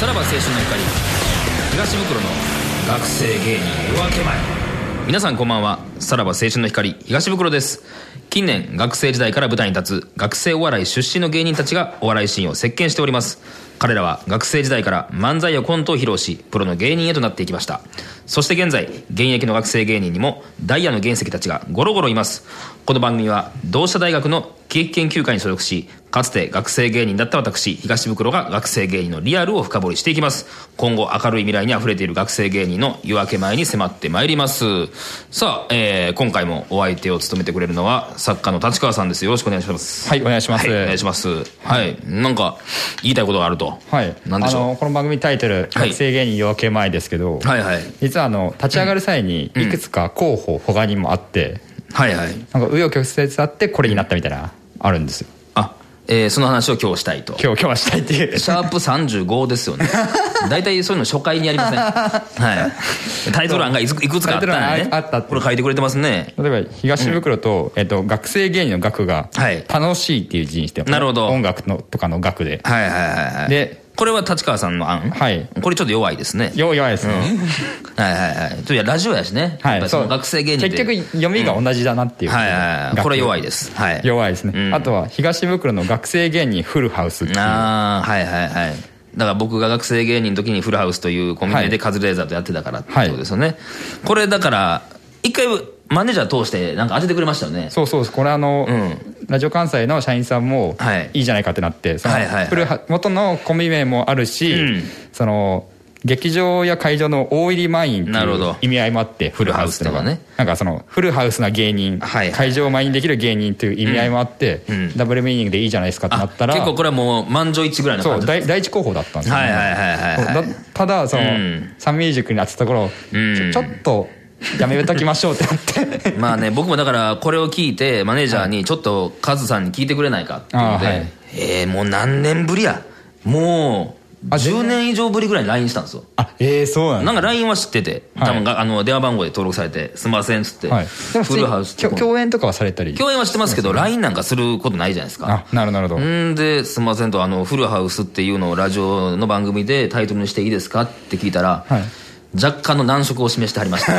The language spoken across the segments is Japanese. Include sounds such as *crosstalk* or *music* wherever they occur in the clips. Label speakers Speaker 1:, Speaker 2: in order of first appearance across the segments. Speaker 1: 春の光東袋の学生芸人夜明け前皆さんこんばんはさらば青春の光東袋です近年学生時代から舞台に立つ学生お笑い出身の芸人たちがお笑いシーンを席巻しております彼らは学生時代から漫才やコントを披露しプロの芸人へとなっていきましたそして現在現役の学生芸人にもダイヤの原石たちがゴロゴロいますこの番組は同志社大学の喜劇研究会に所属しかつて学生芸人だった私東袋が学生芸人のリアルを深掘りしていきます今後明るい未来にあふれている学生芸人の夜明け前に迫ってまいりますさあ、えー今回もお相手を務めてくれるのは作家の立川さんですよろしくお願いします
Speaker 2: はい、お願いします。
Speaker 1: お願いしますはい、なんか言いたいことがあると
Speaker 2: はい、
Speaker 1: なんでし
Speaker 2: あ
Speaker 1: ょ
Speaker 2: のこの番組タイトル「
Speaker 1: はい
Speaker 2: 学生芸人夜明け前」ですけど、
Speaker 1: うはいはい
Speaker 2: 実はあの立ち上がる際にいくつか候補他にもあって、
Speaker 1: はいはい
Speaker 2: なんか紆余曲折あってこれになったみたいなあるんですよ
Speaker 1: あ、えーその話を今日したいと
Speaker 2: 今日今日はしたいって
Speaker 1: *laughs*
Speaker 2: いう
Speaker 1: シャープ35ですよ
Speaker 2: *laughs*
Speaker 1: ね大体そういうの初回にやりませんはいタイトル案がいくいくつかあった
Speaker 2: タ
Speaker 1: ら
Speaker 2: イト
Speaker 1: ね
Speaker 2: ル案ああったって
Speaker 1: これ書いてくれてますね
Speaker 2: 例えば東袋と,、えっと学生芸人の学が
Speaker 1: はい
Speaker 2: 楽しいっていう字にして、
Speaker 1: なるほど
Speaker 2: 音楽のとかの学で、
Speaker 1: はいはいはいはい
Speaker 2: で
Speaker 1: これは立川さんの案
Speaker 2: はい
Speaker 1: これちょっと弱いですね
Speaker 2: よう弱いですね、
Speaker 1: はいはいはいちょっといやラジオやしねやっぱりその学生芸人って
Speaker 2: 結局読みが同じだなっていう、
Speaker 1: はいはいはいこれ弱い
Speaker 2: で
Speaker 1: ですはい
Speaker 2: 弱いですね、
Speaker 1: うん
Speaker 2: あとは東袋の学生芸人フルハウスっていう
Speaker 1: ああはいはいはいだから僕が学生芸人の時にフルハウスというコンビ
Speaker 2: は
Speaker 1: ニ
Speaker 2: い
Speaker 1: でカズレーザーとやってたからって
Speaker 2: はい
Speaker 1: ことですよね、これだから一回マネージャー通してなんか当ててくれましたよね
Speaker 2: そうそうですこれあの、
Speaker 1: うん
Speaker 2: ラジオ関西の社員さんも
Speaker 1: はい
Speaker 2: いいじゃないかってなってその
Speaker 1: はいはいはい
Speaker 2: 古は元のコンビ名もあるし、
Speaker 1: うん
Speaker 2: その劇場や会場の大入り満員って
Speaker 1: なるほ
Speaker 2: いう
Speaker 1: ど
Speaker 2: 意味合いもあってフ
Speaker 1: ル
Speaker 2: ル
Speaker 1: ハ
Speaker 2: ハ
Speaker 1: ウ
Speaker 2: ウ
Speaker 1: ス
Speaker 2: ス
Speaker 1: と
Speaker 2: と
Speaker 1: か
Speaker 2: か
Speaker 1: ね
Speaker 2: ねなんかそのフルハウスな芸人、
Speaker 1: はい
Speaker 2: 会場を満員できる芸人という意味合いもあって、
Speaker 1: ん
Speaker 2: ダブルミーニングでいいじゃないですかってな
Speaker 1: あ
Speaker 2: ったら
Speaker 1: 結構これはもう満場一致ぐらいな
Speaker 2: そ
Speaker 1: 感
Speaker 2: う
Speaker 1: じだ
Speaker 2: 第第一候補だったんですよ、
Speaker 1: はいはいはいはいは
Speaker 2: だ
Speaker 1: い
Speaker 2: ただその、
Speaker 1: うん
Speaker 2: サンミュージックになってたところ、
Speaker 1: うん
Speaker 2: ちょちょっとやめときましょうってなって
Speaker 1: *laughs* まあね僕もだからこれを聞いてマネージャーにちょっとカズさんに聞いてくれないかっていうので、
Speaker 2: あーはい
Speaker 1: えーもう何年ぶりやもう
Speaker 2: あ全
Speaker 1: 10年以上ぶりぐらいに LINE したんですよ
Speaker 2: あええそうなん
Speaker 1: な
Speaker 2: だ
Speaker 1: んか LINE は知ってて、
Speaker 2: はい
Speaker 1: 多分があの電話番号で登録されて、すみませんっつって、
Speaker 2: はい、で
Speaker 1: フ
Speaker 2: も普通
Speaker 1: ル
Speaker 2: に
Speaker 1: ハウス
Speaker 2: きょ
Speaker 1: と
Speaker 2: 共演とかはされたり
Speaker 1: 共演はしてますけど、LINE なんかすることないじゃないですか。
Speaker 2: あなるほどなるほど、
Speaker 1: んで、すみませんと、あの、フルハウスっていうのをラジオの番組でタイトルにしていいですかって聞いたら、
Speaker 2: はい
Speaker 1: 若干の難色を示してはりま
Speaker 2: *laughs*
Speaker 1: した。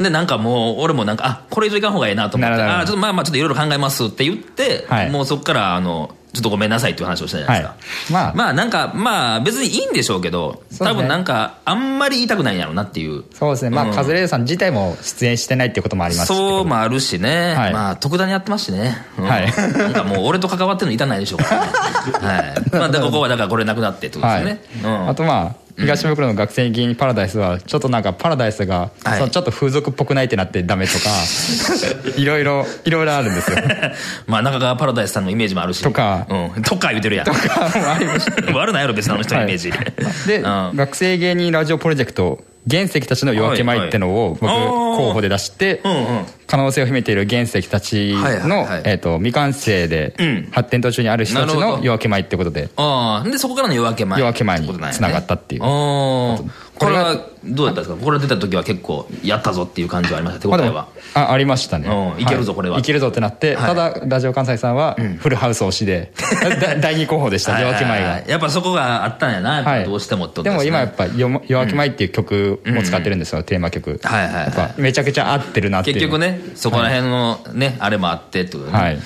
Speaker 1: で、なんかもう、俺もなんか、あ、これ以上いかん方がええなと思っ
Speaker 2: な
Speaker 1: て、
Speaker 2: るほど
Speaker 1: あ、ちょっとまあまあ、ちょっといろいろ考えますって言って、
Speaker 2: はい
Speaker 1: もうそこから、あの、ちょっとごめんなさいっていう話をしたじゃないですか。
Speaker 2: はいまあ
Speaker 1: まあなんか、まあ別にいいんでしょうけど、
Speaker 2: そうね
Speaker 1: 多分なんか、あんまり言いたくないんやろうなっていう。
Speaker 2: そうですねまあ、
Speaker 1: うん
Speaker 2: カズレーザーさん自体も出演してないってこともありますけど
Speaker 1: そうもあるしね、
Speaker 2: はい
Speaker 1: まあ特段やってますしね、うん
Speaker 2: はい
Speaker 1: なんかもう俺と関わってるのいたないでしょう
Speaker 2: *laughs*
Speaker 1: からね、はいまあ、でここはだからこれなくなってってこと
Speaker 2: はい、
Speaker 1: ですね、うん
Speaker 2: あとまあ東袋の学生芸人パラダイスはちょっとなんかパラダイスが、
Speaker 1: はい
Speaker 2: そのちょっと風俗っぽくないってなってダメとか
Speaker 1: *laughs*
Speaker 2: いろいろいろいろあるんですよ
Speaker 1: まあ中川パラダイスさんのイメージもあるし
Speaker 2: とか
Speaker 1: うん、とか言うてるやん *laughs* 悪ないやろ別にあの人のイメージ、
Speaker 2: で、
Speaker 1: うん
Speaker 2: 学生芸人ラジオプロジェクト原石たちの夜明け前ってのを僕
Speaker 1: はいはいあー
Speaker 2: 候補で出して、
Speaker 1: うんうん
Speaker 2: 可能性を秘めている原石たちの、
Speaker 1: はいはいはい
Speaker 2: えー、と未完成で
Speaker 1: うん
Speaker 2: 発展途中にある人たち
Speaker 1: なるほ
Speaker 2: の
Speaker 1: ど
Speaker 2: 夜明け前ってことで、
Speaker 1: ああでそこからの夜明け前
Speaker 2: 夜明け前に
Speaker 1: ってことなんやね
Speaker 2: 繋がったっていう
Speaker 1: ああこ
Speaker 2: こ
Speaker 1: れ
Speaker 2: れが
Speaker 1: はどうやったんですかこれ出た時は結構やったぞっていう感じはありました手応
Speaker 2: まあで
Speaker 1: え
Speaker 2: も
Speaker 1: は
Speaker 2: あありましたね、
Speaker 1: うんいけるぞこれはい
Speaker 2: けるぞってなって、
Speaker 1: はい
Speaker 2: ただラジオ関西さんはフルハウス推
Speaker 1: *laughs*
Speaker 2: しで、だ第2候補でした夜明け前
Speaker 1: はい
Speaker 2: が
Speaker 1: やっぱそこがあったんやな、やっぱ
Speaker 2: はい
Speaker 1: どうしてもってこと
Speaker 2: でも今やっ
Speaker 1: ぱ
Speaker 2: ぱ夜も「夜明け前」っていう曲も使ってるんですよ、テーマ曲
Speaker 1: はいはいはい
Speaker 2: やっぱめちゃくちゃ合ってるなっていう
Speaker 1: 結局ねそこら辺のね、あれもあってってことね、
Speaker 2: はい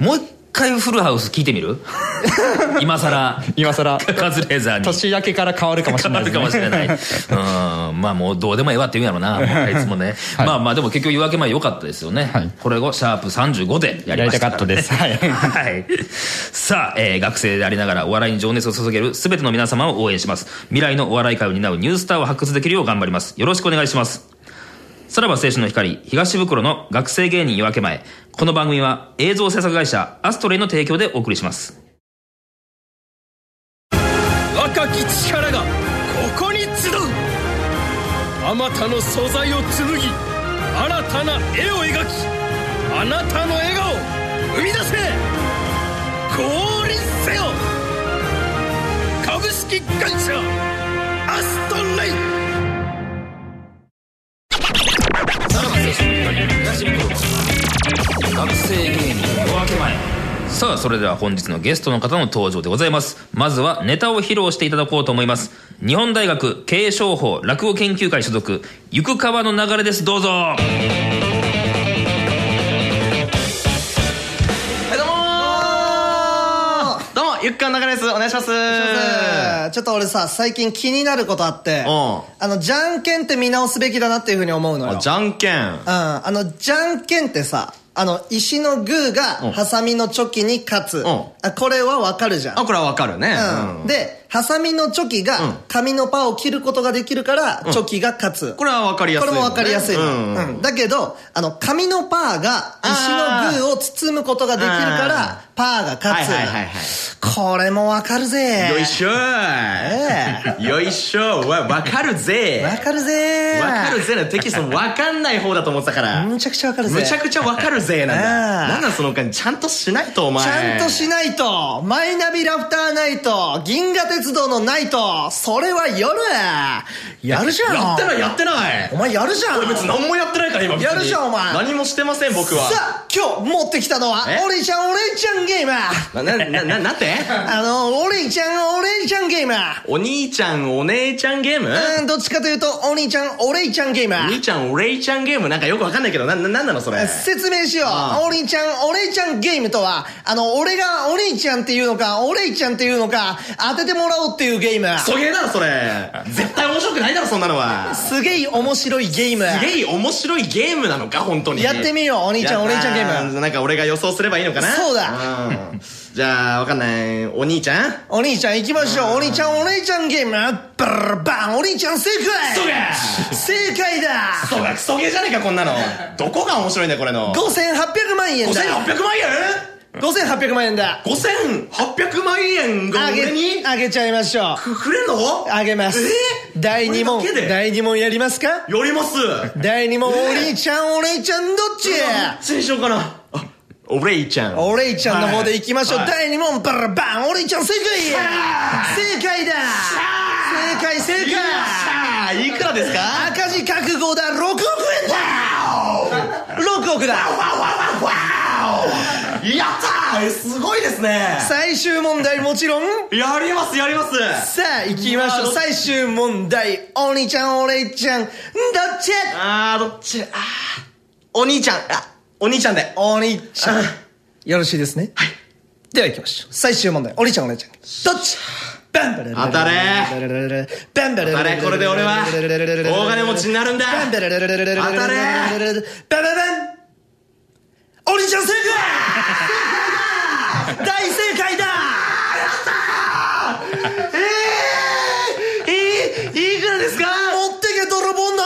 Speaker 1: もう一回フルハウス聞いてみる
Speaker 2: *laughs*
Speaker 1: 今さら *laughs*
Speaker 2: 今更
Speaker 1: カズレーザーに
Speaker 2: 年明けから変わるかもしれ
Speaker 1: 変
Speaker 2: な
Speaker 1: わる
Speaker 2: いです、ね、
Speaker 1: かもしれない
Speaker 2: *laughs*
Speaker 1: うんまあもうどうでもええわって言うんやろなもうあいつもね、
Speaker 2: はい
Speaker 1: まあまあでも結局夜明け前良かったですよね、
Speaker 2: はい
Speaker 1: これをシャープ35でやりましたらね
Speaker 2: やりたかったですはい
Speaker 1: はい、さあ、えー学生でありながらお笑いに情熱を注げる全ての皆様を応援します未来のお笑い界を担うニュースターを発掘できるよう頑張りますよろしくお願いしますさらば青春の光東袋の学生芸人夜明け前この番組は映像制作会社アストレイの提供でお送りします
Speaker 3: 若き力がここに集うあまたの素材を紡ぎ新たな絵を描きあなたの笑顔を生み出せ降臨せよ株式会社アストレイ
Speaker 1: 学生芸人夜明け前さあそれでは本日のゲストの方の登場でございますまずはネタを披露していただこうと思います日本大学経営商法落語研究会所属「ゆく川の流れ」ですどうぞ
Speaker 4: はい、どうもーどうも、ゆっかん流れです。お願いします。お願いし
Speaker 5: ちょっと俺さ、最近気になることあって、
Speaker 4: うん
Speaker 5: あの、じゃんけんって見直すべきだなっていうふうに思うのよ。
Speaker 4: あ、じゃんけん。
Speaker 5: うん、あの、じゃんけんってさ、あの、石のグー
Speaker 4: うん
Speaker 5: が、ハサミのチョキに勝つ。
Speaker 4: ん
Speaker 5: あこれはわかるじゃん。
Speaker 4: あ、これはわかるね。
Speaker 5: うん
Speaker 4: うん
Speaker 5: で、ハサミのチョキが、
Speaker 4: うん
Speaker 5: 紙のパーを切ることができるから、チョキが勝つ。
Speaker 4: これはわかりやすい
Speaker 5: こ
Speaker 4: もん
Speaker 5: れ
Speaker 4: ね。
Speaker 5: もわかりやすいの、
Speaker 4: うん
Speaker 5: うんだけど、あの、紙のパーが、石のグーを包むことができるか
Speaker 4: あ
Speaker 5: ら、パーが勝つ。
Speaker 4: はいはいはいはい
Speaker 5: これもわかるぜ。
Speaker 4: よいしょ
Speaker 5: え
Speaker 4: ー。よいしょー。わ、わかるぜ。
Speaker 5: わかるぜ
Speaker 4: わかるぜのテキストもわかんない方だと思ってたから。
Speaker 5: むちゃくちゃわかるぜ
Speaker 4: むちゃくちゃわかるぜなんだ。
Speaker 5: あー
Speaker 4: なんなんその感じ。ちゃんとしないと、お前。
Speaker 5: ちゃんとしないとマイナビラフターナイト銀河鉄道のナイトそれは夜やるじゃん
Speaker 4: やってない、やってない
Speaker 5: お。前やるじゃん
Speaker 4: 俺別に何もやってないから今。別に
Speaker 5: やるじゃんお前
Speaker 4: 何もしてません、僕は。
Speaker 5: さあ今日持ってきたのは
Speaker 4: え
Speaker 5: おれいちゃんおれいちゃんゲーム
Speaker 4: な、な、な、な、なんて
Speaker 5: あのおれいちゃんおれいちゃんゲーム
Speaker 4: お兄ちゃん、お姉ちゃんゲーム
Speaker 5: うんどっちかというとお兄ちゃんおれいちゃんゲーム
Speaker 4: お兄ちゃん、おれいちゃんゲームなんかよくわかんないけど、な、な、なんなのそれ。
Speaker 5: 説明しよ
Speaker 4: ああ
Speaker 5: う。お兄ちゃん、お姉ちゃんゲームとは、あの、俺がお兄ちゃんっていうのか、お姉ちゃんっていうのか、当ててもらおうっていうゲーム。
Speaker 4: そげえだろ、それ。絶対面白くないだろ、そんなのは。す
Speaker 5: すげえ面白いゲーム。
Speaker 4: げえ面白いゲームなのか、本当に。
Speaker 5: やってみようお兄ちゃん
Speaker 4: や
Speaker 5: お姉ちゃんゲー
Speaker 4: ム。なんか俺が予想すればいいのかな
Speaker 5: そうだ。
Speaker 4: うんじゃあ、わかんない。お兄ちゃん
Speaker 5: お兄ちゃん行きましょう。お兄ちゃん、お姉ちゃんゲーム。ブルルバン、お兄ちゃん正
Speaker 4: そげ
Speaker 5: 解
Speaker 4: え
Speaker 5: 正解だ
Speaker 4: そが、そげえじゃねえか、こんなの。どこが面白いんだよ、これの。
Speaker 5: !5800 万円だ
Speaker 4: 5800万円
Speaker 5: !5800 万円だ
Speaker 4: ?5800 万円が
Speaker 5: あ
Speaker 4: 俺
Speaker 5: げ、
Speaker 4: に
Speaker 5: あげちゃいましょ
Speaker 4: くくれんの
Speaker 5: う。あげます。
Speaker 4: えー
Speaker 5: 第2問
Speaker 4: これだけ、で
Speaker 5: 第2問やりますか
Speaker 4: やります
Speaker 5: 第2問、お
Speaker 4: えー
Speaker 5: 兄ちゃん、お姉ちゃんどっち
Speaker 4: どっちにしようかな。あ、おれいちゃん。
Speaker 5: お姉ちゃんの方で行きましょう。
Speaker 4: はい
Speaker 5: 第2問、バラバンお姉ちゃん正解
Speaker 4: ゃ
Speaker 5: 正解だ正解、正
Speaker 4: いや
Speaker 5: 解
Speaker 4: ーいくらですか
Speaker 5: 赤字覚悟だ !6 億円だ !6 億だ
Speaker 4: わわわわおやったーすごいですね
Speaker 5: 最終問題もちろん
Speaker 4: やりますやります
Speaker 5: さあ行きまし
Speaker 4: う
Speaker 5: ょ
Speaker 4: わ
Speaker 5: う最終問題お兄ちゃんお姉ちゃんどっち
Speaker 4: あーどっちあーお兄ちゃんあお兄ちゃんで
Speaker 5: お兄ちゃんよろしいですねはいでは行きましょう最終問題お兄ちゃんお姉ちゃんどっちバンバレ
Speaker 4: 当たれ
Speaker 5: バンバレ
Speaker 4: 当たれこれで俺は大金持ちになるんだ
Speaker 5: バンバレ
Speaker 4: 当たれ
Speaker 5: バンババンお兄ちゃん正解大正解だ
Speaker 4: えー、いくらですか
Speaker 5: 持ってけ泥棒700億円だ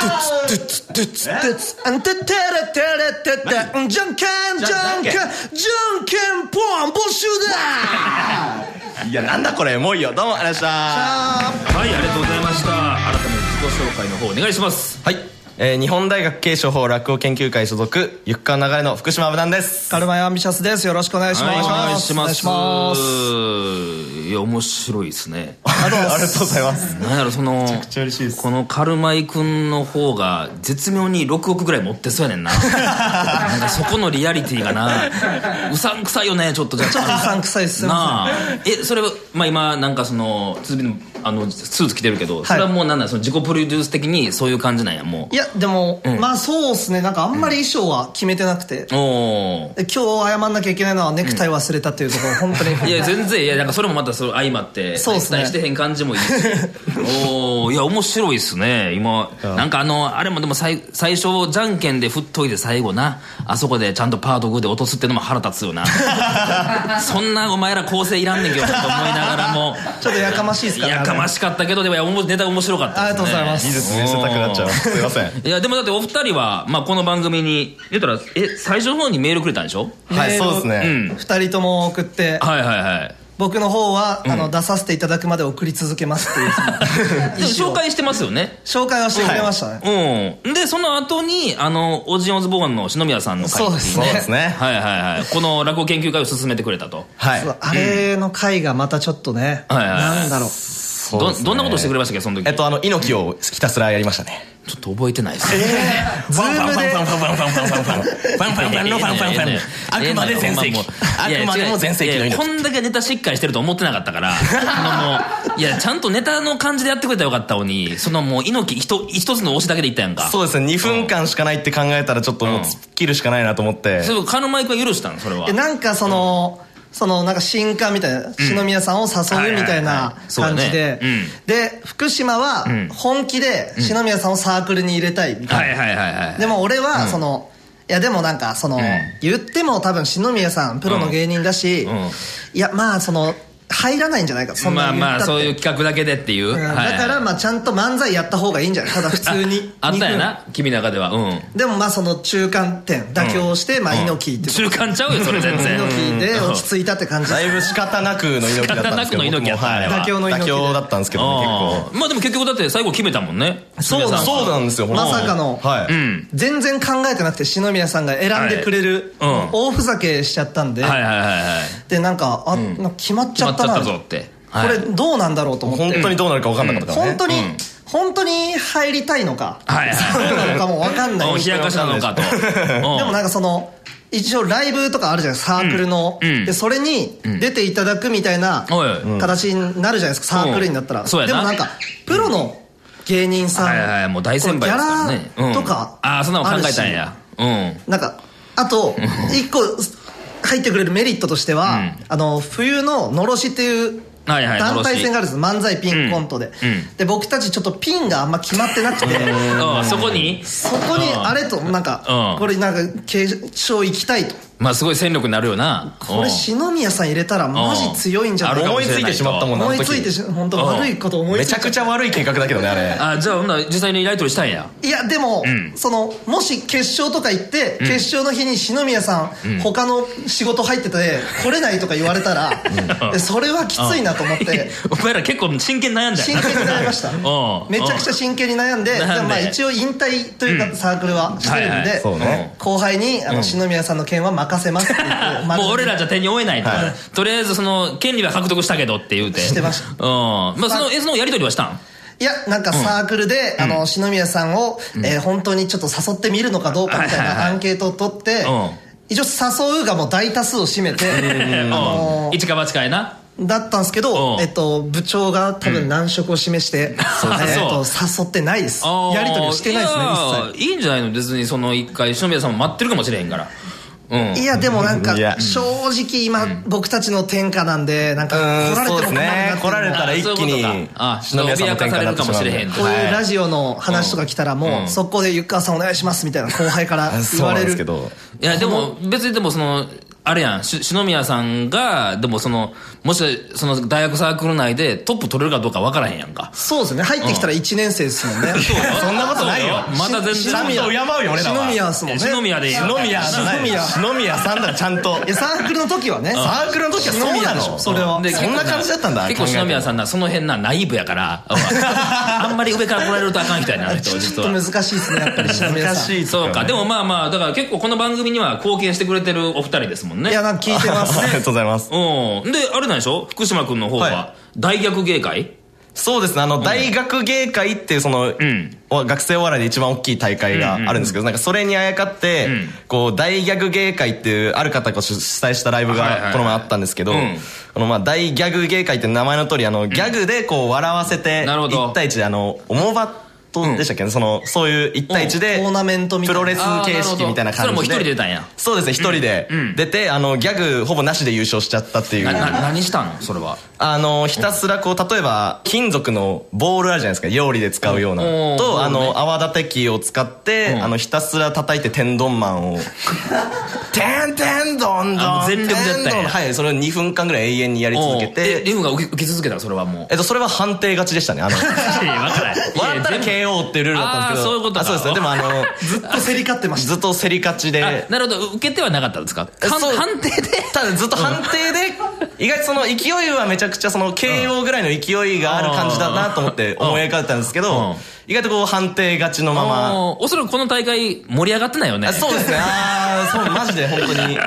Speaker 5: ドゥツドゥツドゥツあんたテレテレテテじゃんけんじゃんけんじゃんけんぽん募集だ
Speaker 4: いやなんだこれもういいよどうもありがとうございました
Speaker 1: はいありがとうございました改めて自己紹介の方お願いします
Speaker 4: はい、えー、日本大学経営商法落語研究会所属ゆっかん流れの福島無難です
Speaker 5: カルマヤアンビシャスですよろしくお願いします
Speaker 1: お願いしま
Speaker 5: お願いします
Speaker 1: いや面白いですね
Speaker 4: ありがとうございます
Speaker 1: なんやろその
Speaker 4: ちゃ嬉しいです
Speaker 1: このカルマイ君の方が絶妙に6億ぐらい持ってそうやねん
Speaker 5: *laughs*
Speaker 1: ななんかそこのリアリティがなうさんくさいよねちょっとじゃあ
Speaker 5: ちょっとうさんくさいっすよ
Speaker 1: なあえそれは、まあ、今なんかその続きのあのスーツ着てるけどそれはもうなんだその自己プロデュース的にそういう感じなんやも
Speaker 5: いやでも、
Speaker 1: ん
Speaker 5: まあそうっすねなんかあんまり衣装は決めてなくて、
Speaker 1: うおー
Speaker 5: で今日謝んなきゃいけないのはネクタイ忘れたっていうところ、本当に
Speaker 1: いや全然いやなんかそれもまたそれ相まって
Speaker 5: そうっすね
Speaker 1: 期待してへん感じも
Speaker 5: *laughs*
Speaker 1: いいしおおいや面白いっすね今なんかあのあれもでも最最初じゃんけんで振っといて最後なあそこでちゃんとパートグーで落とすってのも腹立つよ
Speaker 5: *laughs*
Speaker 1: なそんなお前ら構成いらんねんけどと思いながら
Speaker 5: *laughs*
Speaker 1: も
Speaker 5: ちょっとやかましいっすからね
Speaker 1: やかましかったけどでもいやおもネタ面白かった
Speaker 5: ありがとうございます
Speaker 4: いいですねせたくなっちゃうすいません
Speaker 1: いやでもだってお二人は、まあ、この番組に言ったらえ最初の方にメールくれたんでしょ
Speaker 4: はい
Speaker 5: メールを
Speaker 4: そうですね、
Speaker 1: うん
Speaker 5: 二人とも送って
Speaker 1: はいはいはい
Speaker 5: 僕の方は、あの出させていただくまで送り続けますってい
Speaker 1: で
Speaker 5: う
Speaker 1: も
Speaker 5: 意思
Speaker 1: 紹
Speaker 5: を
Speaker 1: 介してますよね
Speaker 5: 紹介はしてくれましたね、
Speaker 1: うん。で、その後に、あの、オジンオズボーンの篠宮さんの会
Speaker 5: そうです
Speaker 4: そう
Speaker 5: ね
Speaker 4: ですね
Speaker 1: はいはいはい。この落語研究会を進めてくれたと。
Speaker 4: はい
Speaker 5: そうあれの回がまたちょっとね、
Speaker 1: はいはいはい
Speaker 5: なんだろう
Speaker 4: そうで
Speaker 1: ど、
Speaker 4: すね
Speaker 1: どんなことしてくれましたっけ、その時。
Speaker 4: えっとあの猪木をひたすらやりましたね
Speaker 1: ちょっと覚えてないです
Speaker 6: ズームでファンファンファンファンファンファンファンファンファンファンのファンファンファンあくまで全盛期あくまでも全盛期の
Speaker 1: いや
Speaker 6: 犬
Speaker 1: こんだけネタしっかりしてると思ってなかったからあのもういやちゃんとネタの感じでやってくれたらよかったのにそのもう猪木ひと一つの推しだけでいったやんか
Speaker 4: そうですね、2分間しかないって考えたらちょっともう突っ切るしかないなと思って。
Speaker 1: それカノマイクは許したのそれは
Speaker 5: えなんかその、そのなんか新刊みたいな、篠宮さんを誘う
Speaker 1: はい
Speaker 5: みたい
Speaker 1: はい
Speaker 5: な
Speaker 1: はいそうだ
Speaker 5: 感
Speaker 1: ね
Speaker 5: じで
Speaker 1: うん、
Speaker 5: で、福島は本気で篠宮さんをサークルに入れたいみたいな
Speaker 1: はいはいはいはい
Speaker 5: でも俺はその、いやでもなんかその、言っても多分篠宮さんプロの芸人だし、
Speaker 1: んうん
Speaker 5: いやまあその入らないんじゃないかそん
Speaker 1: ま
Speaker 5: な
Speaker 1: あ
Speaker 5: に言
Speaker 1: ま
Speaker 5: っ
Speaker 1: あ
Speaker 5: たって
Speaker 1: そういう企画だけでっていう、
Speaker 5: うんだ
Speaker 1: はい
Speaker 5: からまあちゃんと漫才やった方がいいんじゃないただ普通に
Speaker 1: あったんやな君の中ではうん
Speaker 5: でもまあその中間点妥協して、まあ猪木って
Speaker 1: 中間ちゃうよそれ全然
Speaker 5: 猪木で落ち着いたって感じ
Speaker 4: だいぶ仕方なくの猪木だったんですけど。
Speaker 1: 仕方なくの猪木やったあれ
Speaker 4: 僕も
Speaker 1: は
Speaker 4: はい
Speaker 5: 妥協の猪木で
Speaker 4: 妥協だったんですけどね、
Speaker 1: あ
Speaker 4: 結
Speaker 1: ーまあでも結局だって最後決めたもんね
Speaker 4: 構。そうそうなんですよ、ほら
Speaker 5: まさかの
Speaker 4: は
Speaker 1: う
Speaker 4: い。
Speaker 1: ん
Speaker 5: 全然考えてなくて篠宮さんが選んでくれる、
Speaker 1: はいうん
Speaker 5: 大ふざけしちゃったんで、
Speaker 1: はいはいはいはい
Speaker 5: でなんかあ、なんか決まっ
Speaker 1: 決
Speaker 5: ちゃ
Speaker 1: ま
Speaker 5: っ
Speaker 1: っちゃ
Speaker 5: た
Speaker 1: っ
Speaker 5: な
Speaker 1: たぞって、は
Speaker 5: こ
Speaker 1: い
Speaker 5: れどうなんだろうと思って
Speaker 4: 本当にどうなるか分かんなかったからね。
Speaker 5: 本当に、本当に入りたいのか、
Speaker 1: はいはい
Speaker 5: そうなのかも分かんない
Speaker 1: うん
Speaker 5: み
Speaker 1: 冷 *laughs* や
Speaker 5: たいな
Speaker 1: かしたのかとで
Speaker 5: でもなん
Speaker 1: か
Speaker 5: かその一応ライブとかあるじゃないですかサークルの、
Speaker 1: うんうん
Speaker 5: でそれに出ていただくみたいな
Speaker 1: おいうん
Speaker 5: 形になるじゃないですかサークルになったら、
Speaker 1: うんそうやな
Speaker 5: でもなんかプロの芸人さん、
Speaker 1: はいはいもう大先輩ですからね
Speaker 5: ギャラ
Speaker 1: う
Speaker 5: と
Speaker 1: ん
Speaker 5: か
Speaker 1: ああそんなの考えたん
Speaker 5: あ
Speaker 1: やうん
Speaker 5: なんかあと一個入ってくれるメリットとしては、あの冬ののろしっていう
Speaker 1: はいはい
Speaker 5: 団体戦があるんです漫才ピンコントで、
Speaker 1: うんうん
Speaker 5: で僕たちちょっとピンがあんま決まってなくて
Speaker 1: あーそこに
Speaker 5: そこにあれとなんか
Speaker 1: うん
Speaker 5: これなんか決勝行きたいと
Speaker 1: まあすごい戦力になるよな
Speaker 5: これ篠宮さん入れたらマジ強いんじゃない
Speaker 1: うんあるかも
Speaker 4: 思いついてしまったもんな、
Speaker 5: 思
Speaker 4: あ
Speaker 5: い
Speaker 4: の
Speaker 5: ついて
Speaker 4: 時。
Speaker 5: し本当悪いこと思い
Speaker 4: め
Speaker 5: つ
Speaker 4: ち
Speaker 5: い
Speaker 4: ゃくちゃ悪い計画だけどね、あれ。
Speaker 1: あーじゃあほんなら実際にライトルしたんや
Speaker 5: いやでも、そのもし決勝とか行って、決勝の日に篠宮さん、他の仕事入ってて来れないとか言われたら、で *laughs* それはきついなと思って、
Speaker 1: *laughs* お前ら結構真剣に悩んだよ
Speaker 5: *laughs* 真
Speaker 1: な
Speaker 5: 剣に悩みました
Speaker 1: うん
Speaker 5: めちゃくちゃ真剣に悩んで
Speaker 1: んで
Speaker 5: でもまあ一応引退というか、サークルはしてるんで、
Speaker 1: はいはい
Speaker 4: そうね
Speaker 5: 後輩にあの、篠宮さんの件は任せますって言って
Speaker 1: もう俺らじゃ手に負えないと、
Speaker 4: はい
Speaker 1: とりあえずその権利は獲得したけどって言うて
Speaker 5: してまし
Speaker 1: うんまあそのえそのやり取りはしたん
Speaker 5: いや、なんかサークルで、あの、篠宮さんを、えー本当にちょっと誘ってみるのかどうかみたい
Speaker 1: はいはいは
Speaker 5: ないアンケートを取って
Speaker 1: うん、
Speaker 5: 一応誘うがもう大多数を占めて、あの
Speaker 1: うん一か八かやな
Speaker 5: だったんですけ
Speaker 1: う、
Speaker 5: ど
Speaker 1: ん
Speaker 5: えっと、部長が多分難色を示して、えっと、誘ってないです。
Speaker 1: あー
Speaker 5: やりとりをしてないですね、
Speaker 1: いやいいんじゃないの別にその一回篠宮さんも待ってるかもしれへんからうん
Speaker 5: 一切。いや、でもなんか
Speaker 4: いや、
Speaker 5: 正直今、僕たちの天下なんで、なんか、
Speaker 4: うーん
Speaker 5: 来られても
Speaker 4: そう
Speaker 5: 困る
Speaker 4: です
Speaker 5: な
Speaker 4: ね
Speaker 5: っていうのが
Speaker 4: 来られたら一気に
Speaker 1: あそういうことかあ脅か
Speaker 4: 篠宮さんの
Speaker 1: さ
Speaker 4: 展開
Speaker 1: れ
Speaker 4: にな
Speaker 1: る
Speaker 4: っ
Speaker 1: か
Speaker 4: てし
Speaker 1: も
Speaker 4: ま
Speaker 1: し
Speaker 4: うん
Speaker 1: れ
Speaker 4: で
Speaker 1: へん
Speaker 5: こういうラジオの話とか来たらもう、そこでゆっかわさんお願いしますみたいな後輩から言
Speaker 4: そう
Speaker 5: わ
Speaker 4: なん
Speaker 5: れ
Speaker 4: です
Speaker 5: る
Speaker 4: け。ど。
Speaker 1: いや、でも、別にでもその、あれやん、し篠宮さんが、でもその、もし、その、大学サークル内でトップ取れるかどうかわからへんやんか。
Speaker 5: そうですね入ってきたら1年生ですもんね、
Speaker 4: そんなことないよ。
Speaker 1: *laughs* また全
Speaker 5: し
Speaker 1: 然。
Speaker 4: ちゃんと敬うよ俺らは
Speaker 5: 篠宮ですもんね
Speaker 1: 篠宮でいい
Speaker 4: 篠宮じゃない。
Speaker 5: 篠宮
Speaker 4: 篠宮さんだ、ちゃんと
Speaker 5: い。やサークルの時はね
Speaker 4: サークルの時はそうなの
Speaker 5: それは
Speaker 1: で
Speaker 4: そんな感じだったんだ
Speaker 1: 結構
Speaker 4: 考えて
Speaker 1: 篠宮さんな、その辺な、ナイーブやから、 *laughs* あんまり上から来られるとあかん人
Speaker 4: *laughs*
Speaker 1: やな、あの
Speaker 5: ち
Speaker 1: 人
Speaker 5: ょっ
Speaker 1: 実
Speaker 5: と難
Speaker 1: は。
Speaker 5: しいですねやっぱり篠宮さんい
Speaker 4: い
Speaker 1: そうか。でもまあまあ、だから結構この番組には貢献してくれてるお二人ですもんね。
Speaker 5: やなんか聞いてま
Speaker 4: *laughs* あ
Speaker 5: す
Speaker 4: りがとうございます。
Speaker 1: うん。で、あれなんでしょ福島君の方
Speaker 4: は
Speaker 1: は、大逆芸会
Speaker 4: そうですね、あの、大学芸会っていう、その、
Speaker 1: ん
Speaker 4: お学生お笑いで一番大きい大会があるんですけど、なんかそれにあやかって、こう、大逆芸会っていう、ある方が主催したライブ
Speaker 1: はいはい
Speaker 4: がこの前あったんですけど、
Speaker 1: うん
Speaker 4: このまあ、大ギャグ芸会って名前の通り、あの、ギャグでこう、笑わせて、
Speaker 1: なるほど
Speaker 4: 1対1で、あの、おもばとでしたっけね、その、そういう1対1で、
Speaker 5: うんトーナメントみたいな
Speaker 4: プロレス形式みた
Speaker 1: あー
Speaker 4: いな感じで。
Speaker 1: なるほどそれも一人で出たんや
Speaker 4: そうですね、一人で、出て、あの、ギャグほぼなしで優勝しちゃったっていう。
Speaker 1: な、な、何したんそれは。
Speaker 4: あの、ひたすらこう、例えば、金属のボールあるじゃないですか。料理で使うような。
Speaker 1: うんうん
Speaker 4: と、あの、泡立て器を使って、
Speaker 1: ん
Speaker 4: あの、ひたすら叩いて天丼マ
Speaker 1: *laughs*
Speaker 4: ンを。天天丼
Speaker 1: あも
Speaker 4: 丼
Speaker 1: う全力でやったんや
Speaker 4: 天丼はい、それを2分間ぐらい永遠にやり続け
Speaker 1: うんえリ
Speaker 4: て。
Speaker 1: ムが受け受け続けたらそれはもう
Speaker 4: *laughs* えっと、それは判定勝ちでしたね。あの、
Speaker 1: *laughs* いやわからん
Speaker 4: 笑ったら
Speaker 1: いや全
Speaker 4: KO っていうルールだったんです
Speaker 1: あー
Speaker 4: けど。
Speaker 1: そういうことか
Speaker 4: あ、そうですね。でもあの、
Speaker 1: *laughs*
Speaker 5: ずっと競り勝ってました
Speaker 4: ずっと競り勝ち
Speaker 1: 部
Speaker 4: で
Speaker 1: あ。なるほど受けてはなかったんですか判
Speaker 4: そう
Speaker 1: 判定で
Speaker 4: ただずっと判定で、意外とその勢いはめちゃくちゃその KO ぐらいの勢いがある感じだなと思って思い浮かべたんですけ
Speaker 1: うん
Speaker 4: ど、意外とこう判定勝ちのまま。
Speaker 1: おそらくこの大会盛り上がってないよね
Speaker 4: あ。そうですね。ああ、そう、マジで本当 *laughs* に。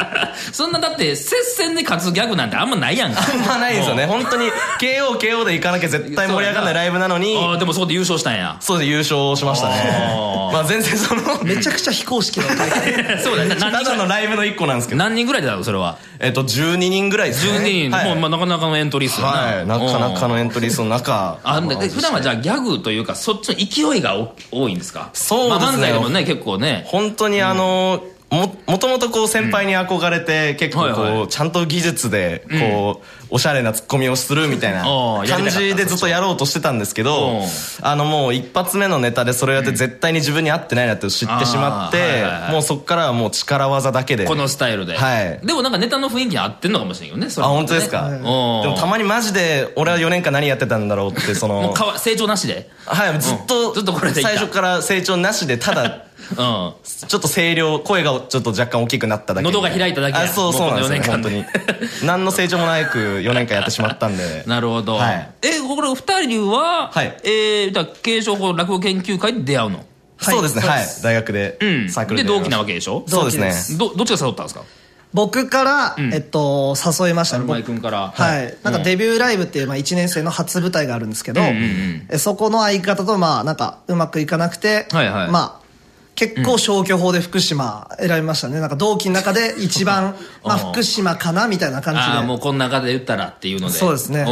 Speaker 1: そんなだって接戦で勝つギャグなんてあんまないやん
Speaker 4: *laughs*
Speaker 1: か。
Speaker 4: まあないですよね。本当に KO、KO で行かなきゃ絶対盛り上がらないライブなのに、
Speaker 1: ああ、でもそこで優勝したんや。
Speaker 4: そうです、優勝しましたね。まあ全然その、
Speaker 5: めちゃくちゃ非公式な大会
Speaker 1: そうだね。
Speaker 4: た
Speaker 1: 何人ぐ
Speaker 4: だ
Speaker 1: ら
Speaker 4: の
Speaker 1: い
Speaker 4: ライブの一個なんですけど、
Speaker 1: 何人ぐらいだろう、それは。
Speaker 4: えっと、12人ぐらいですね。
Speaker 1: 12人、
Speaker 4: はい
Speaker 1: もうまあなかなかのエントリー数や
Speaker 4: はい。なかなかのエントリー数の中。
Speaker 1: あで
Speaker 4: ま
Speaker 1: で普段はじゃあギャグというかそっちの勢いがお多いんですか
Speaker 4: そうで
Speaker 1: まあ、
Speaker 4: すね
Speaker 1: 漫才でもね結構ね
Speaker 4: 本当にあの、も、もともとこう先輩に憧れて、結構
Speaker 1: はい
Speaker 4: こ
Speaker 1: は
Speaker 4: う、ちゃんと技術で、こう、おしゃれなツッコミをするみたいな
Speaker 1: おーやりたかっ
Speaker 4: 感
Speaker 1: た
Speaker 4: じでずっとやろうとしてたんですけど
Speaker 1: お、
Speaker 4: あのもう一発目のネタでそれをやって絶対に自分に合ってないなって知ってしまっ
Speaker 1: あーは
Speaker 4: て
Speaker 1: いはいは、い
Speaker 4: もうそっからはもう力技だけで。
Speaker 1: このスタイルで
Speaker 4: はい
Speaker 1: でもなんかネタの雰囲気に合ってんのかもしれんよねそれ
Speaker 4: あ、
Speaker 1: もね
Speaker 4: 本当ですか。
Speaker 1: う
Speaker 4: で
Speaker 1: ん
Speaker 4: もたまにマジで、俺は4年間何やってたんだろうって、そ
Speaker 1: *laughs* も
Speaker 4: の
Speaker 1: う、かわ成長なしで
Speaker 4: はい、ずっ
Speaker 1: う
Speaker 4: と、
Speaker 1: んずっとこれでいいか
Speaker 4: 最初から成長なしで、ただ、
Speaker 1: うん
Speaker 4: ちょっと声量、声がちょっと若干大きくなっただけ。
Speaker 1: 喉が開いただけや
Speaker 4: あ、そ
Speaker 1: も
Speaker 4: う
Speaker 1: う
Speaker 4: そう
Speaker 1: こ
Speaker 4: なん
Speaker 1: の
Speaker 4: ですよ、本当
Speaker 1: 四
Speaker 4: に
Speaker 1: 年間。
Speaker 4: 何の成長もなく4年間やってしまった
Speaker 1: *laughs*
Speaker 4: んで。
Speaker 1: なるほど、
Speaker 4: はい
Speaker 1: えこれお二人は、
Speaker 4: はい
Speaker 1: えー、だから継承法落語研究会で出会うの
Speaker 4: そうですね、はい。大学で
Speaker 1: うん、
Speaker 4: サークル
Speaker 1: で
Speaker 4: で。
Speaker 1: 同期なわけでしょ
Speaker 4: そうですね
Speaker 5: 同期で。す
Speaker 1: どどっちが誘ったんですか
Speaker 5: *laughs* 僕から、えっと、誘いましたね。
Speaker 1: マイ君から
Speaker 5: はい、なんかデビューライブっていう、まあ、1年生の初舞台があるんですけど、
Speaker 1: うんうんうん
Speaker 5: えそこの相方とまあなんかうまくいかなくて、
Speaker 1: はいはい
Speaker 5: まあ、結構消去法で福島選びましたねなんか同期の中で
Speaker 1: *laughs*
Speaker 5: 一番まあ
Speaker 1: うん
Speaker 5: 福島かなみたいな感
Speaker 1: ああ
Speaker 5: じ
Speaker 1: も
Speaker 5: で
Speaker 1: うこの中で言ったらっていうので
Speaker 5: そうですね
Speaker 1: うん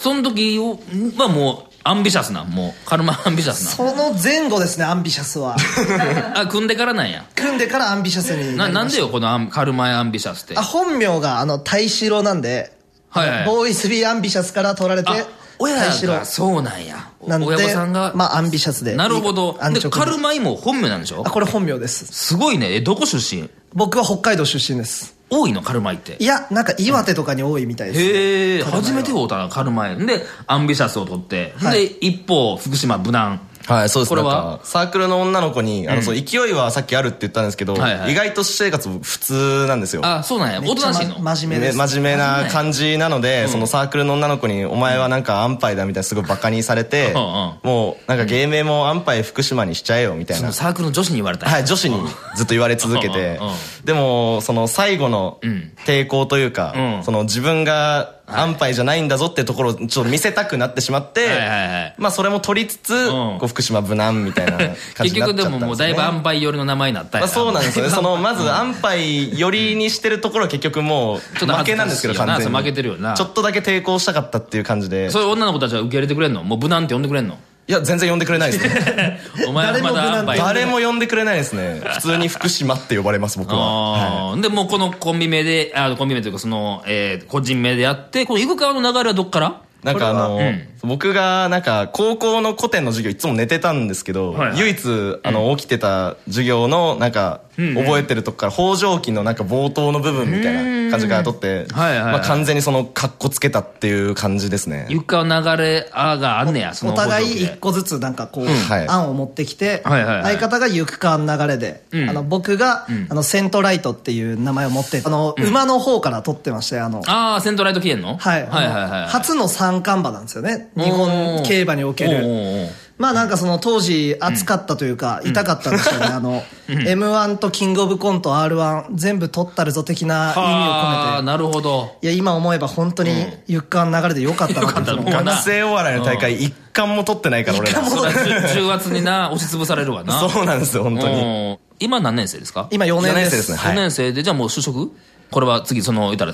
Speaker 1: その時をはもうアンビシャスなんもうカルマアンビシャス
Speaker 5: その前後ですねアンビシャ
Speaker 1: *laughs*
Speaker 5: スは
Speaker 1: なんあ組んでからなんや
Speaker 5: 組んでからアンビシャスに
Speaker 1: な
Speaker 5: りました
Speaker 1: なんでよこのアンカルマアンビシャスって
Speaker 5: あ本名があの大志郎なんで、
Speaker 1: はいはい
Speaker 5: あのボーイスビーアンビシャスから取られて
Speaker 1: あ親
Speaker 5: 大志郎
Speaker 1: がそうなんやお
Speaker 5: なんで
Speaker 1: 親御さんが、
Speaker 5: まあアンビシャスで
Speaker 1: なるほど
Speaker 5: 安直に
Speaker 1: でカルマイも本名なんでしょ
Speaker 5: あこれ本名です
Speaker 1: すごいねえどこ出身
Speaker 5: 僕は北海道出身です
Speaker 1: 多いのカルマイって
Speaker 5: いや、なんか岩手とかに多いみたいです、ね
Speaker 1: へえ初めて会うたなカルマイでアンビシャスを取って、
Speaker 5: はい
Speaker 1: で一方福島無難
Speaker 4: はい、そうです
Speaker 1: これは
Speaker 4: なんかサークルの女の子に、あの、そう、勢いはさっきあるって言ったんですけど、
Speaker 1: はいはい
Speaker 4: 意外と私生活僕普通なんですよ。
Speaker 1: あそうなんや
Speaker 5: め
Speaker 1: お
Speaker 5: っ
Speaker 1: と
Speaker 5: ちゃ
Speaker 1: なしいの、
Speaker 5: ま真面目で
Speaker 4: ね
Speaker 5: す。
Speaker 4: 真面目な感じなので、そのサークルの女の子に、お前はなんか安牌だみたいなすごいバカにされて、
Speaker 1: うん
Speaker 4: もうなんか芸名も安牌福島にしちゃえよみたいな。
Speaker 1: サークルの女子に言われたんや
Speaker 4: *laughs* はい、女子にずっと言われ続けて
Speaker 1: うんうん、
Speaker 4: でも、その最後の
Speaker 1: ん
Speaker 4: 抵抗というか、
Speaker 1: うん
Speaker 4: その自分が安牌じゃないんだぞってところをちょっと見せたくなってしまっ
Speaker 1: は
Speaker 4: て、
Speaker 1: いはいはい
Speaker 4: まあそれも取りつつ、
Speaker 1: ん
Speaker 4: こう福島無難みたいな感じ
Speaker 1: 結
Speaker 4: になっちゃ
Speaker 1: 局
Speaker 4: ったんです、ね。
Speaker 1: でももうだいぶ安牌寄りの名前になったんや
Speaker 4: まあ、そうな
Speaker 1: *laughs*
Speaker 4: んですよね。その、まず、安牌寄りにしてるところは結局もう、
Speaker 1: ょっと
Speaker 4: 負けなんですけど、
Speaker 1: 恥ずかしいよな
Speaker 4: 完全に。
Speaker 1: そう負けてるよな
Speaker 4: ちょっとだけ抵抗したかったっていう感じで。
Speaker 1: そういう女の子たちは受け入れてくれんのもう無難って呼んでくれん
Speaker 4: *laughs*
Speaker 1: の
Speaker 4: いや、全然呼んでくれないですね。
Speaker 1: お前はまだ安牌
Speaker 4: 誰も呼んでくれないですね。普通に福島って呼ばれます、僕は。
Speaker 1: あーでもうこのコンビ名であコンビ名というかその、えー個人名でやってこの行く川の流れはどっから
Speaker 4: なんかあの、
Speaker 1: これはうん
Speaker 4: 僕がなんか高校の古典の授業いつも寝てたんですけど、
Speaker 1: はいはい
Speaker 4: 唯一あの起きてた授業のなんか覚えてるとこから北条記のなんか冒頭の部分みたいな感じから取って、
Speaker 1: はいはいはい
Speaker 4: まあ完全にその格好つけたっていう感じですね。
Speaker 1: 行く川の流れあがあんねやその
Speaker 5: お互い
Speaker 1: ご条
Speaker 5: 一
Speaker 1: 件
Speaker 5: 個ずつなんかこう、
Speaker 4: はい
Speaker 5: 案を持ってきて、
Speaker 1: はいはいはい
Speaker 5: 相方が行くかの流れで、
Speaker 1: うん
Speaker 5: あの僕が、あのセントライトっていう名前を持って、あの、馬の方から取ってまして、あの、
Speaker 1: ああセントライト記念の、
Speaker 5: はい、
Speaker 1: はいはい
Speaker 5: あ
Speaker 1: は
Speaker 5: の
Speaker 1: い
Speaker 5: 初の三冠馬なんですよね。日本競馬におけ
Speaker 1: おーお
Speaker 5: る。
Speaker 1: ーおー
Speaker 5: まあなんかその当時熱かったというか、痛かったんですよね。あの、M1 とキングオブコント R1 全部取ったるぞ的な意味を込め
Speaker 1: は
Speaker 5: て
Speaker 1: あ。なるほ
Speaker 4: *laughs*
Speaker 1: ど
Speaker 5: いや、今思えば本当に、ゆっかん流れでよかったな
Speaker 1: よ
Speaker 5: って
Speaker 1: かったな
Speaker 5: 思う
Speaker 1: もう
Speaker 4: 学生お笑いの大会一貫も取ってないから俺ら。
Speaker 1: そりゃ重重圧にな押しつぶされるわな
Speaker 4: *laughs* そうなんですよ、本当に。
Speaker 1: うん今何年生ですか
Speaker 5: 今4年
Speaker 4: 四
Speaker 5: です
Speaker 4: 年生ですねはい
Speaker 1: 4年生でじゃあもう就職これは次その言ったら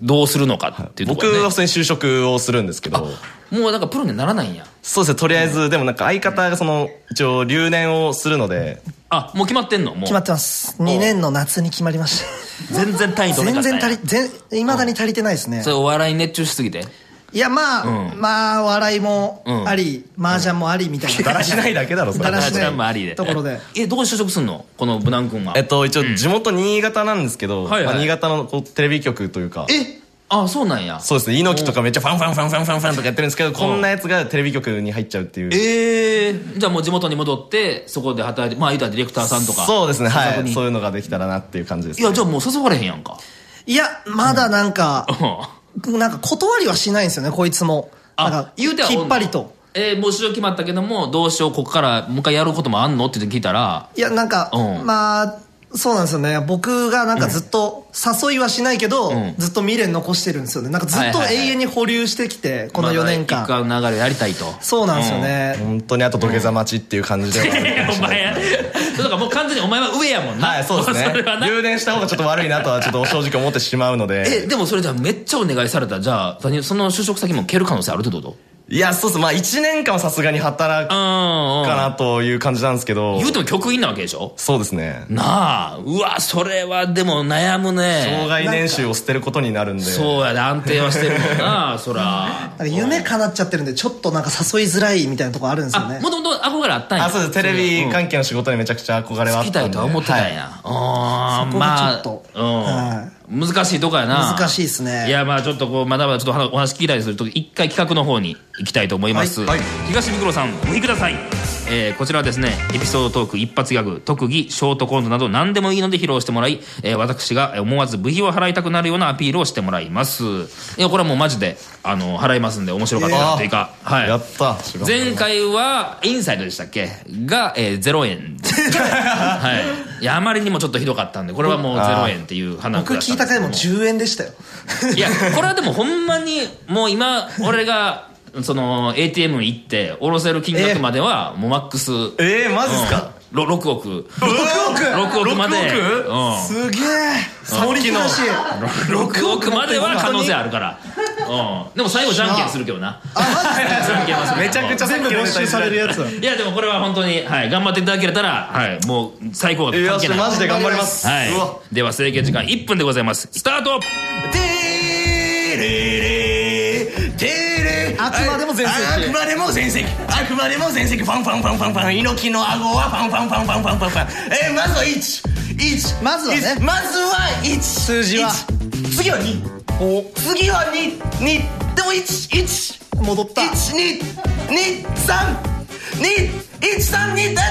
Speaker 1: どうするのかっていうとこ
Speaker 4: 僕
Speaker 1: ろやね
Speaker 4: は普通に就職をするんですけど、
Speaker 1: もうなんかプロにはならないんや
Speaker 4: そうですね、とりあえず、でもなんか相方がその、一応留年をするので、
Speaker 1: あもう決まってんのもう
Speaker 5: 決まってます。2年の夏に決まりまし
Speaker 1: 全然単位
Speaker 5: た。
Speaker 1: 取れ
Speaker 5: 全
Speaker 1: なかったん
Speaker 5: 然
Speaker 1: や
Speaker 5: 足り、全、未だに足りてないですね
Speaker 1: そ。れお笑いに熱中しすぎて
Speaker 5: いや、まあ、
Speaker 1: うん
Speaker 5: まあ、笑いも
Speaker 1: うん
Speaker 5: あり、麻雀もありみたい
Speaker 4: だ
Speaker 5: な。
Speaker 4: らしないだけだろ、そ
Speaker 5: だ
Speaker 4: れ
Speaker 5: ら。し
Speaker 1: ちゃんもありで
Speaker 5: ところで
Speaker 1: えどこに就職すんのこの無難君は
Speaker 4: えっと、一応地元新潟なんですけど、
Speaker 1: はいはい
Speaker 4: まあ新潟のこうテレビ局というか、
Speaker 1: えあそうなんや
Speaker 4: そうですね、猪木とかめっちゃファンファンファンファンファンファンとかやってるんですけど、こんなやつがテレビ局に入っちゃうっていう。
Speaker 1: ええじゃあもう地元に戻ってそこで働いてまあ言うたらディレクターさんとか
Speaker 4: そうですね、は
Speaker 1: 所属
Speaker 4: い。
Speaker 1: に
Speaker 4: そういうのができたらなっていう感じです
Speaker 1: い
Speaker 4: ね。
Speaker 1: やじゃあもう誘われへんやんか
Speaker 5: いや、まだなんか、
Speaker 1: うん
Speaker 5: なんか断りはしないんですよね、こいつも。
Speaker 1: あ
Speaker 5: なんか、
Speaker 1: 言うてはおん
Speaker 5: き
Speaker 1: の
Speaker 5: っぱりと。
Speaker 1: えー、募集決まったけどもどうしようここからもう一回やることもあんのって聞いたら
Speaker 5: いやなんか、
Speaker 1: うん
Speaker 5: まあそうなんですよね僕がなんかずっと誘いはしないけど、
Speaker 1: ん
Speaker 5: ずっと未練残してるんですよねなんかずっと
Speaker 1: はいはいは
Speaker 5: 永
Speaker 1: い
Speaker 5: 遠に保留してきてこの4年間、
Speaker 1: まだ一回流れやりたいと
Speaker 5: そうなんですよね、
Speaker 4: 本当にあと土下座待ちっていう感じではあるかもし
Speaker 1: お
Speaker 4: れない
Speaker 1: 前そうだからもう完全にお前は上やもんな
Speaker 4: はい、そうですね
Speaker 1: れは。な
Speaker 4: 留年した方がちょっと悪いなとは、ちょっと正直思ってしまうので。
Speaker 1: えでもそれじゃあめっちゃお願いされたらじゃあ何その就職先も蹴る可能性あるってこと
Speaker 4: いや、そうです。まあ、1年間はさすがに働く
Speaker 1: うん
Speaker 4: かなという感じなんですけど
Speaker 1: 言。うても局員なわけでしょ
Speaker 4: そうですね。
Speaker 1: なあうわそれはでも悩む
Speaker 4: 障
Speaker 1: ね
Speaker 4: 害年収を捨てることになるんで。
Speaker 1: そうやで安定はしてるもんなそら
Speaker 5: なんか夢叶っちゃってるんでちょっとなんか誘いづらいみたいなとこあるんですよ
Speaker 1: あ
Speaker 5: ね
Speaker 1: もともと憧れあったんや
Speaker 4: あ、そうです。テレビ関係の仕事にめちゃくちゃ憧れはあ
Speaker 1: 好
Speaker 4: った
Speaker 1: きたい
Speaker 4: んで。
Speaker 1: とは思ってたん
Speaker 4: はい
Speaker 1: や、あー
Speaker 5: そこがちょっと
Speaker 1: まあ、うん難しいとこやな
Speaker 5: 難しいっすね
Speaker 1: いやまあちょっとこうまだまだちょっとお話聞きたりすると一回企画の方に行きたいと思います、
Speaker 4: はいはい
Speaker 1: 東袋さんお聞きください、えーこちらはですねエピソードトーク一発ギャグ特技ショートコントなど何でもいいので披露してもらい、えー私が思わず部費を払いたくなるようなアピールをしてもらいますいやこれはもうマジであの払いますんで面白かったなというか、はい
Speaker 4: やった。
Speaker 1: 前回はインサイドでしたっけが、えー、0円はいいやあまりにもちょっとひどかったんでこれはもう0円っていう話
Speaker 5: 僕聞いた回も10円でしたよ
Speaker 1: いやこれはでもほんまにもう今俺がその ATM 行って下ろせる金額まではもうマックス、
Speaker 4: えー、マジっすか
Speaker 1: ろ6億
Speaker 5: 6
Speaker 1: 6億まで
Speaker 4: 6
Speaker 1: うん
Speaker 5: 億すげえ沙織東
Speaker 1: 6億までは可能性あるから、うん、でも最後じゃんけんするけどな *laughs* じゃんけんはする
Speaker 4: めちゃくちゃさっき
Speaker 5: 全部
Speaker 4: のネ
Speaker 5: 没
Speaker 4: タ
Speaker 5: 収
Speaker 4: に
Speaker 5: されるやつだ
Speaker 1: いやでもこれは本当に、はい、頑張っていただけたら、はい、もう最高額
Speaker 4: いや
Speaker 1: 関係ない
Speaker 4: マジで頑張ります。
Speaker 1: は
Speaker 4: うわ
Speaker 1: い、では制限時間1分でございますスタート
Speaker 5: あくまでも全盛期
Speaker 6: あくまでも全盛期あくまでも全盛期ファンファンファンファンファン猪木の顎はファンファンファンファンファンファン
Speaker 5: *laughs*
Speaker 6: ファンえーまずは11
Speaker 5: まずはね
Speaker 6: まずは1数
Speaker 5: 字は
Speaker 6: 次は2次は22でも11
Speaker 5: 戻った
Speaker 6: 一二二三二一三二だだ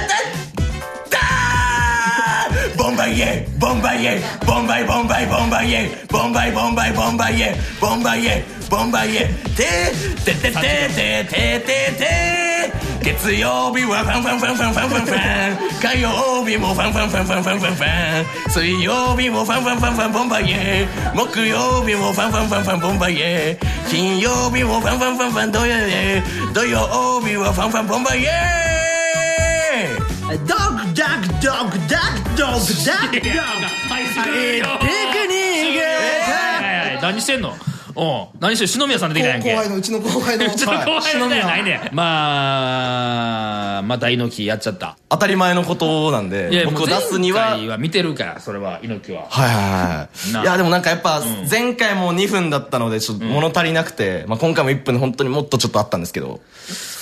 Speaker 6: だーボンバイエーボンバイエーボンバイボンバイボンバイエーボンバイボンバイボンバイエーボンバイエーボンバイエーてててててててて月曜日はファンファンファンファンファンファンファン火曜日もファンファンファンファンファンファンファン水曜日もファンファンファンファンボンバイエー木曜日もファンファンファンファンボンバイエー金曜日もファンファンファンファン土曜日土曜日はファンファンボンバイエー
Speaker 5: ドッグダッグドッグダッグドッグダッグ
Speaker 1: はい何してんのおう何してる篠宮さん出てきたやんけ
Speaker 5: 後輩のうちの後輩の
Speaker 1: *laughs* ちょっと怖いのじゃない
Speaker 5: 篠
Speaker 1: ねまあまた猪木やっちゃった
Speaker 4: 当たり前のことなんで、僕を出すには
Speaker 1: 前回、は見てるからそれは猪木は
Speaker 4: はいはい
Speaker 1: な
Speaker 4: はい。いや、でもなんかやっぱ、前回も2分だったので、ちょっと物足りなくて、まあ今回も1分で本当にもっとちょっとあったんですけど。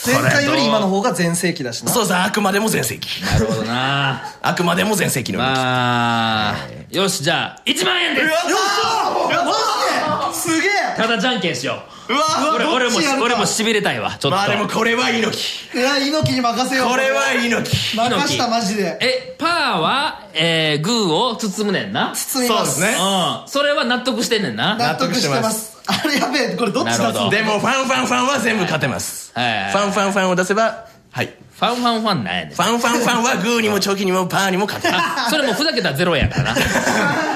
Speaker 5: 宮前回より今の方が全盛期だしな
Speaker 6: そうですあくまでも全盛期
Speaker 1: なるほどな
Speaker 6: あくまでも全盛期の
Speaker 1: まあよしじゃあ1万円です
Speaker 5: マジですげ
Speaker 1: ただじゃんけんしよう
Speaker 5: わ
Speaker 1: 俺俺
Speaker 5: ど
Speaker 1: も
Speaker 5: っちやるか
Speaker 1: 俺もしびれたいわちょっと
Speaker 6: まあでもこれは猪木
Speaker 5: えいや猪木に任せよう
Speaker 6: これは猪木
Speaker 5: 任したマジで
Speaker 1: えパーは、えー、グーを包むねんな
Speaker 5: 包みます
Speaker 4: そうですね
Speaker 1: うんそれは納得してんねんな
Speaker 5: 納得してま
Speaker 4: 納得
Speaker 5: すあれやべえこれどっち出す
Speaker 1: なるほ
Speaker 5: んだ
Speaker 1: ど
Speaker 6: でもファンファンファンは全部勝てますフ
Speaker 1: はい
Speaker 6: ァンファンファンを出せばはいフ
Speaker 1: ファンファンファンなんやねん
Speaker 6: ァンファンファンはグーにもチョキにもパーにも勝てます
Speaker 1: あそれもうふざけたらゼロやからなふ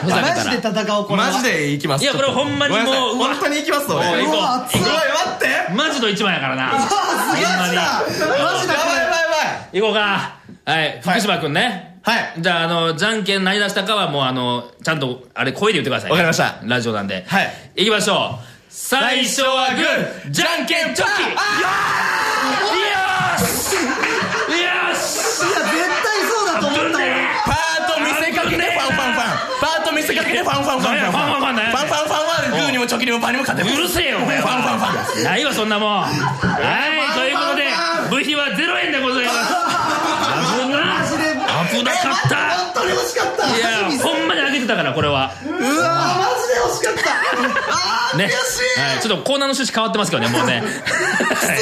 Speaker 1: ざけ
Speaker 5: マ
Speaker 1: た
Speaker 5: ジ
Speaker 1: ら
Speaker 5: で戦おうこれは
Speaker 4: マジでいきます。
Speaker 1: いやこれほんまに
Speaker 4: ご
Speaker 1: も
Speaker 4: めんなさいう
Speaker 1: うわ
Speaker 4: 本当にいきます、俺。
Speaker 1: おいう行
Speaker 4: わ
Speaker 1: こ
Speaker 5: うわ熱い
Speaker 4: すごい、待って
Speaker 1: マジの一番やからな
Speaker 5: あすげえマジだマジだ
Speaker 4: やばいやばいや
Speaker 1: 行こうかはい福島君ね
Speaker 4: ばいはい。
Speaker 1: じゃああのじゃんけん何出したかはもうあのちゃんとあれ声で言ってください
Speaker 4: わかりました
Speaker 1: ラジオなんで
Speaker 4: はい
Speaker 1: 行きましょう最初はグーじゃんけんチョキよーしよし
Speaker 5: いや絶対そうだと思った俺
Speaker 6: パーと見せかけてファンファンファンパーと見せかけてファンファンファンファン
Speaker 1: ファンファンファン
Speaker 6: ファンファンファンはグーにもチョキにもパーにも勝てます
Speaker 1: うるせえよお前は
Speaker 6: ファンファン
Speaker 5: *laughs*
Speaker 6: ファンです
Speaker 1: ないわそんなもんはいということで部費はゼロ円でございます危な危なか
Speaker 5: *laughs*
Speaker 1: った
Speaker 5: 本当に惜しかった
Speaker 1: いや
Speaker 5: マジで
Speaker 1: ほんまに上げてたからこれは
Speaker 5: うわマジで惜しかったあー
Speaker 1: ね
Speaker 5: 悔しい
Speaker 1: はい、ちょっとコーナーの趣旨変わってますけどねもうね
Speaker 5: *laughs*
Speaker 1: はい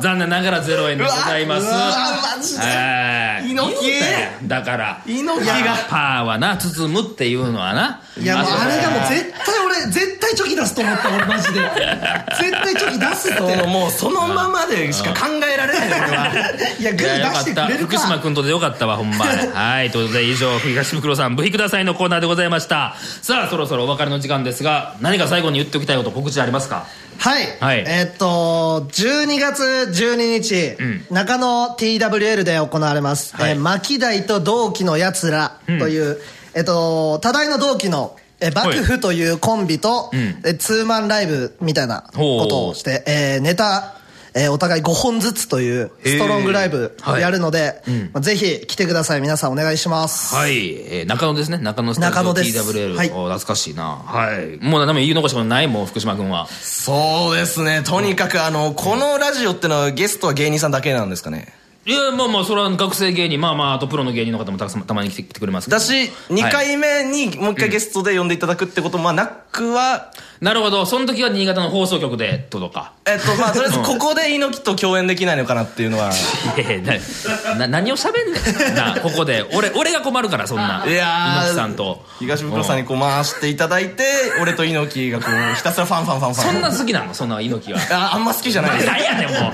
Speaker 1: 残念ながらゼロ円でございます
Speaker 5: うわマジで
Speaker 1: はい
Speaker 5: 猪木
Speaker 1: 言うたやんだから
Speaker 5: 猪木
Speaker 1: いや
Speaker 5: が
Speaker 1: パーはな包むっていうのはない
Speaker 5: いやもうあれがもう絶対俺絶対対チョキ出すと思った俺マジで絶対チョキ出すと
Speaker 4: でももうそのままでしか考えられないのかない
Speaker 5: やグー出
Speaker 1: いやよか
Speaker 5: し
Speaker 1: って
Speaker 5: く
Speaker 1: た
Speaker 5: れる
Speaker 1: 福島
Speaker 5: か
Speaker 1: 君とでよかったわほ *laughs* んまはいということで以上東袋さん部費くださいのコーナーでございましたさあそろそろお別れの時間ですが何か最後に言っておきたいこと告知ありますか
Speaker 5: はい、
Speaker 1: はい
Speaker 5: えーっと12月12日、中野 TWL で行われます「
Speaker 1: はい
Speaker 5: えー巻き台と同期のやつら」という、えーっと多大の同期のえー幕府というコンビと、
Speaker 1: ん
Speaker 5: えーツーマンライブみたいなことをして、えーネタ、えーお互い5本ずつというストロングライブ
Speaker 1: はい
Speaker 5: やるので、まあぜひ来てください皆さんお願いします
Speaker 1: はい、えー中野ですね中野スタジ
Speaker 5: 中
Speaker 1: オ
Speaker 5: 野です
Speaker 1: TWL、
Speaker 5: はい
Speaker 1: お懐かしいなはいもう何も言い残したことないもう福島君は
Speaker 4: そうですね。とにかくあの、このラジオってのはゲストは芸人さんだけなんですかね。
Speaker 1: いやまあまあそれは学生芸人まあまああとプロの芸人の方もたくさんたまに来て来てくれますけど
Speaker 4: だし、2回目にもう一回ゲストで呼んでいただくってこともまあなくは、
Speaker 1: なるほどその時は新潟の放送局でってことか
Speaker 4: えっと、まあ、とりあえずここで猪木と共演できないのかなっていうのは。
Speaker 1: いやいやなな何を喋んねんなここで俺俺が困るからそんない
Speaker 4: やー
Speaker 1: 猪木さんと
Speaker 4: 東袋さんにこう回していただいて、俺と猪木がこう、ひたすらファンファンファンファン。
Speaker 1: そんな好きなのそんな猪木は
Speaker 4: あ、あんま好きじゃないです。
Speaker 1: 何やねんもう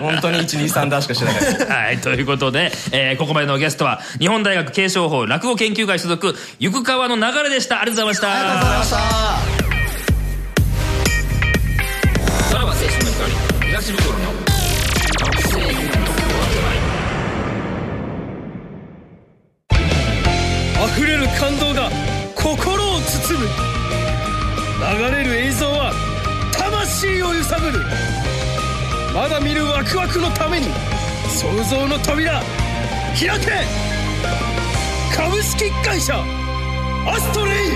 Speaker 4: 本当に1、2、3だしかしてないです。
Speaker 1: はいということで、えーここまでのゲストは日本大学継承法落語研究会所属ゆく川の流れでしたありがとうございましたありがとうございましたさらば青春の光東袋の学生芸人の
Speaker 3: 溢れる感動が心を包む流れる映像は魂を揺さぶるまだ見るワクワクのために創造の扉開け株式会社アストレイン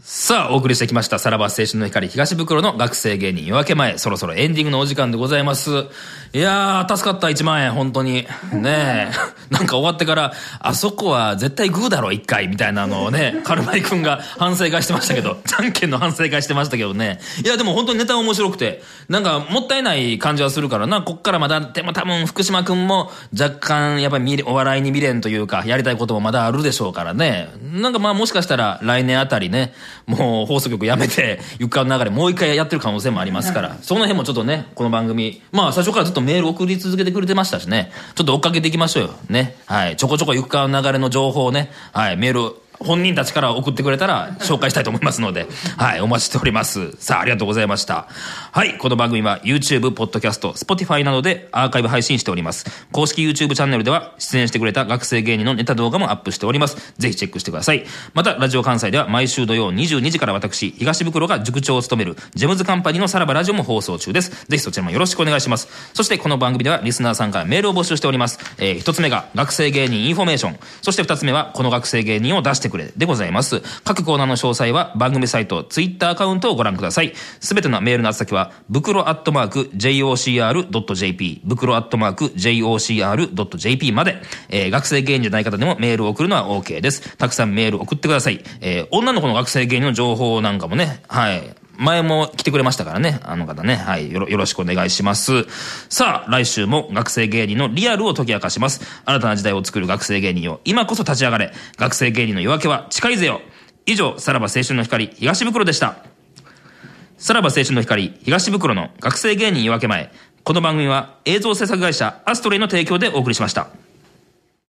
Speaker 1: さあ、お送りしてきました。さらば青春の光東袋の学生芸人夜明け前、そろそろエンディングのお時間でございます。いやー、助かった1万円、本当に。ねえ。 *laughs* なんか終わってから、あそこは絶対グーだろ、一回、みたいなのをね、カルマイ君が反省会してましたけど、 *laughs* じゃんけんの反省会してましたけどね。いや、でも本当にネタ面白くて、なんかもったいない感じはするからな、こっからまだ、でも多分福島君も若干、やっぱり見れお笑いに未練というか、やりたいこともまだあるでしょうからね。なんかまあもしかしたら来年あたりね、もう放送局やめて、 *laughs* 床の中でもう一回やってる可能性もありますから、その辺もちょっとね、この番組、まあ最初からずっとメール送り続けてくれてましたしね、ちょっと追っかけていきましょうよ。ね。はい。ちょこちょこ床の流れの情報をね、はい、メール本人たちから送ってくれたら紹介したいと思いますので、はい、お待ちしております。さあ、ありがとうございました。はい、この番組は YouTube、Podcast、Spotify などでアーカイブ配信しております。公式 YouTube チャンネルでは出演してくれた学生芸人のネタ動画もアップしております。ぜひチェックしてください。また、ラジオ関西では毎週土曜22時から私、東袋が塾長を務めるジェムズカンパニーのさらばラジオも放送中です。ぜひそちらもよろしくお願いします。そして、この番組ではリスナーさんからメールを募集しております。えー一つ目が学生芸人インフォメーション。そして二つ目は、この学生芸人を出してくれでございます。各コーナーの詳細は番組サイト、ツイッターアカウントをご覧ください。すべてのメールの宛先は、袋アットマーク jocr.jp、袋アットマーク jocr.jp まで、えー学生芸人じゃない方でもメールを送るのは OK です。たくさんメール送ってください。えー女の子の学生芸人の情報なんかもね、はい。前も来てくれましたからね。あの方ね。はい。よろよろしくお願いします。さあ、来週も学生芸人のリアルを解き明かします。新たな時代を作る学生芸人を今こそ立ち上がれ。学生芸人の夜明けは近いぜよ。以上、さらば青春の光、東袋でした。さらば青春の光、東袋の学生芸人夜明け前。この番組は映像制作会社アストレイの提供でお送りしました。